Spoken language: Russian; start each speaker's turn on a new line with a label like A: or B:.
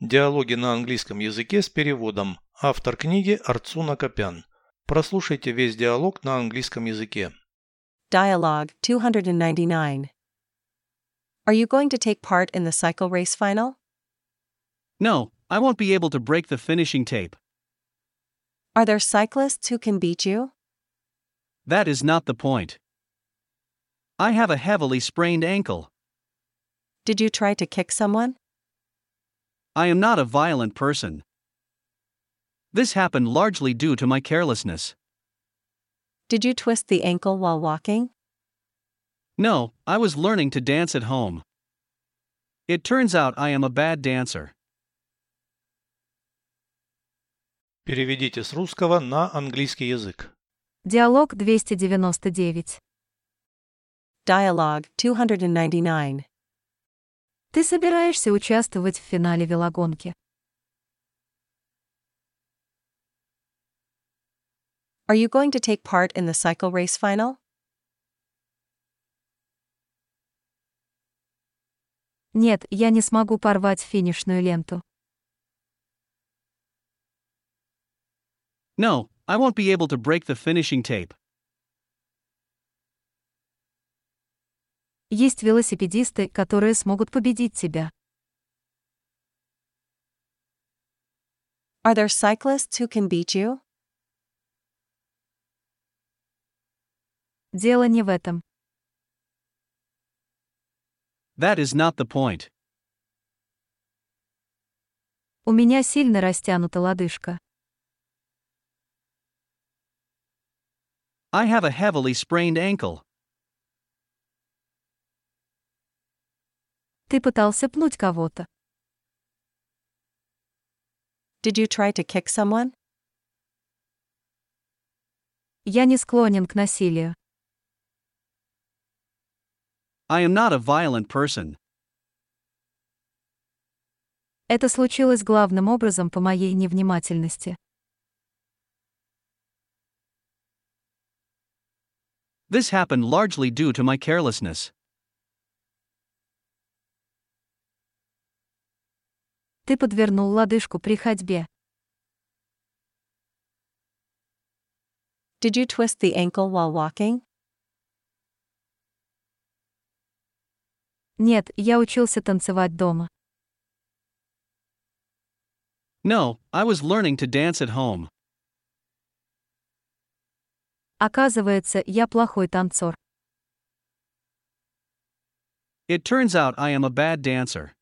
A: Диалоги на английском языке с переводом. Автор книги Арцуна Копян. Прослушайте весь диалог на английском языке.
B: Dialogue 299. Are you going to take part in the cycle race final?
C: No, I won't be able to break the finishing tape.
B: Are there cyclists who can beat you?
C: That is not the point. I have a heavily sprained ankle.
B: Did you try to kick someone?
C: I am not a violent person. This happened largely due to my carelessness.
B: Did you twist the ankle while walking?
C: No, I was learning to dance at home. It turns out I am a bad dancer.
A: Переведите с русского на английский язык.
D: Диалог 299.
B: Dialogue 299.
D: Ты собираешься участвовать в финале велогонки.
B: Are you going to take part in the cycle race final?
D: Нет, я не смогу порвать финишную ленту.
C: No, I won't be able to break the finishing tape.
D: Есть велосипедисты, которые смогут победить тебя.
B: Are there cyclists who can beat you?
D: Дело не в этом.
C: That is not the point.
D: У меня сильно растянута лодыжка.
C: I have a heavily sprained ankle.
D: Ты пытался пнуть кого-то.
B: Did you try to kick someone?
D: Я не склонен к насилию.
C: I am not a violent person.
D: Это случилось главным образом по моей невнимательности.
C: This happened largely due to my carelessness.
D: Ты подвернул лодыжку при ходьбе.
B: Did you twist the ankle while walking?
D: Нет, я учился танцевать дома.
C: No, I was learning to dance at home.
D: Оказывается, я плохой танцор.
C: It turns out I am a bad dancer.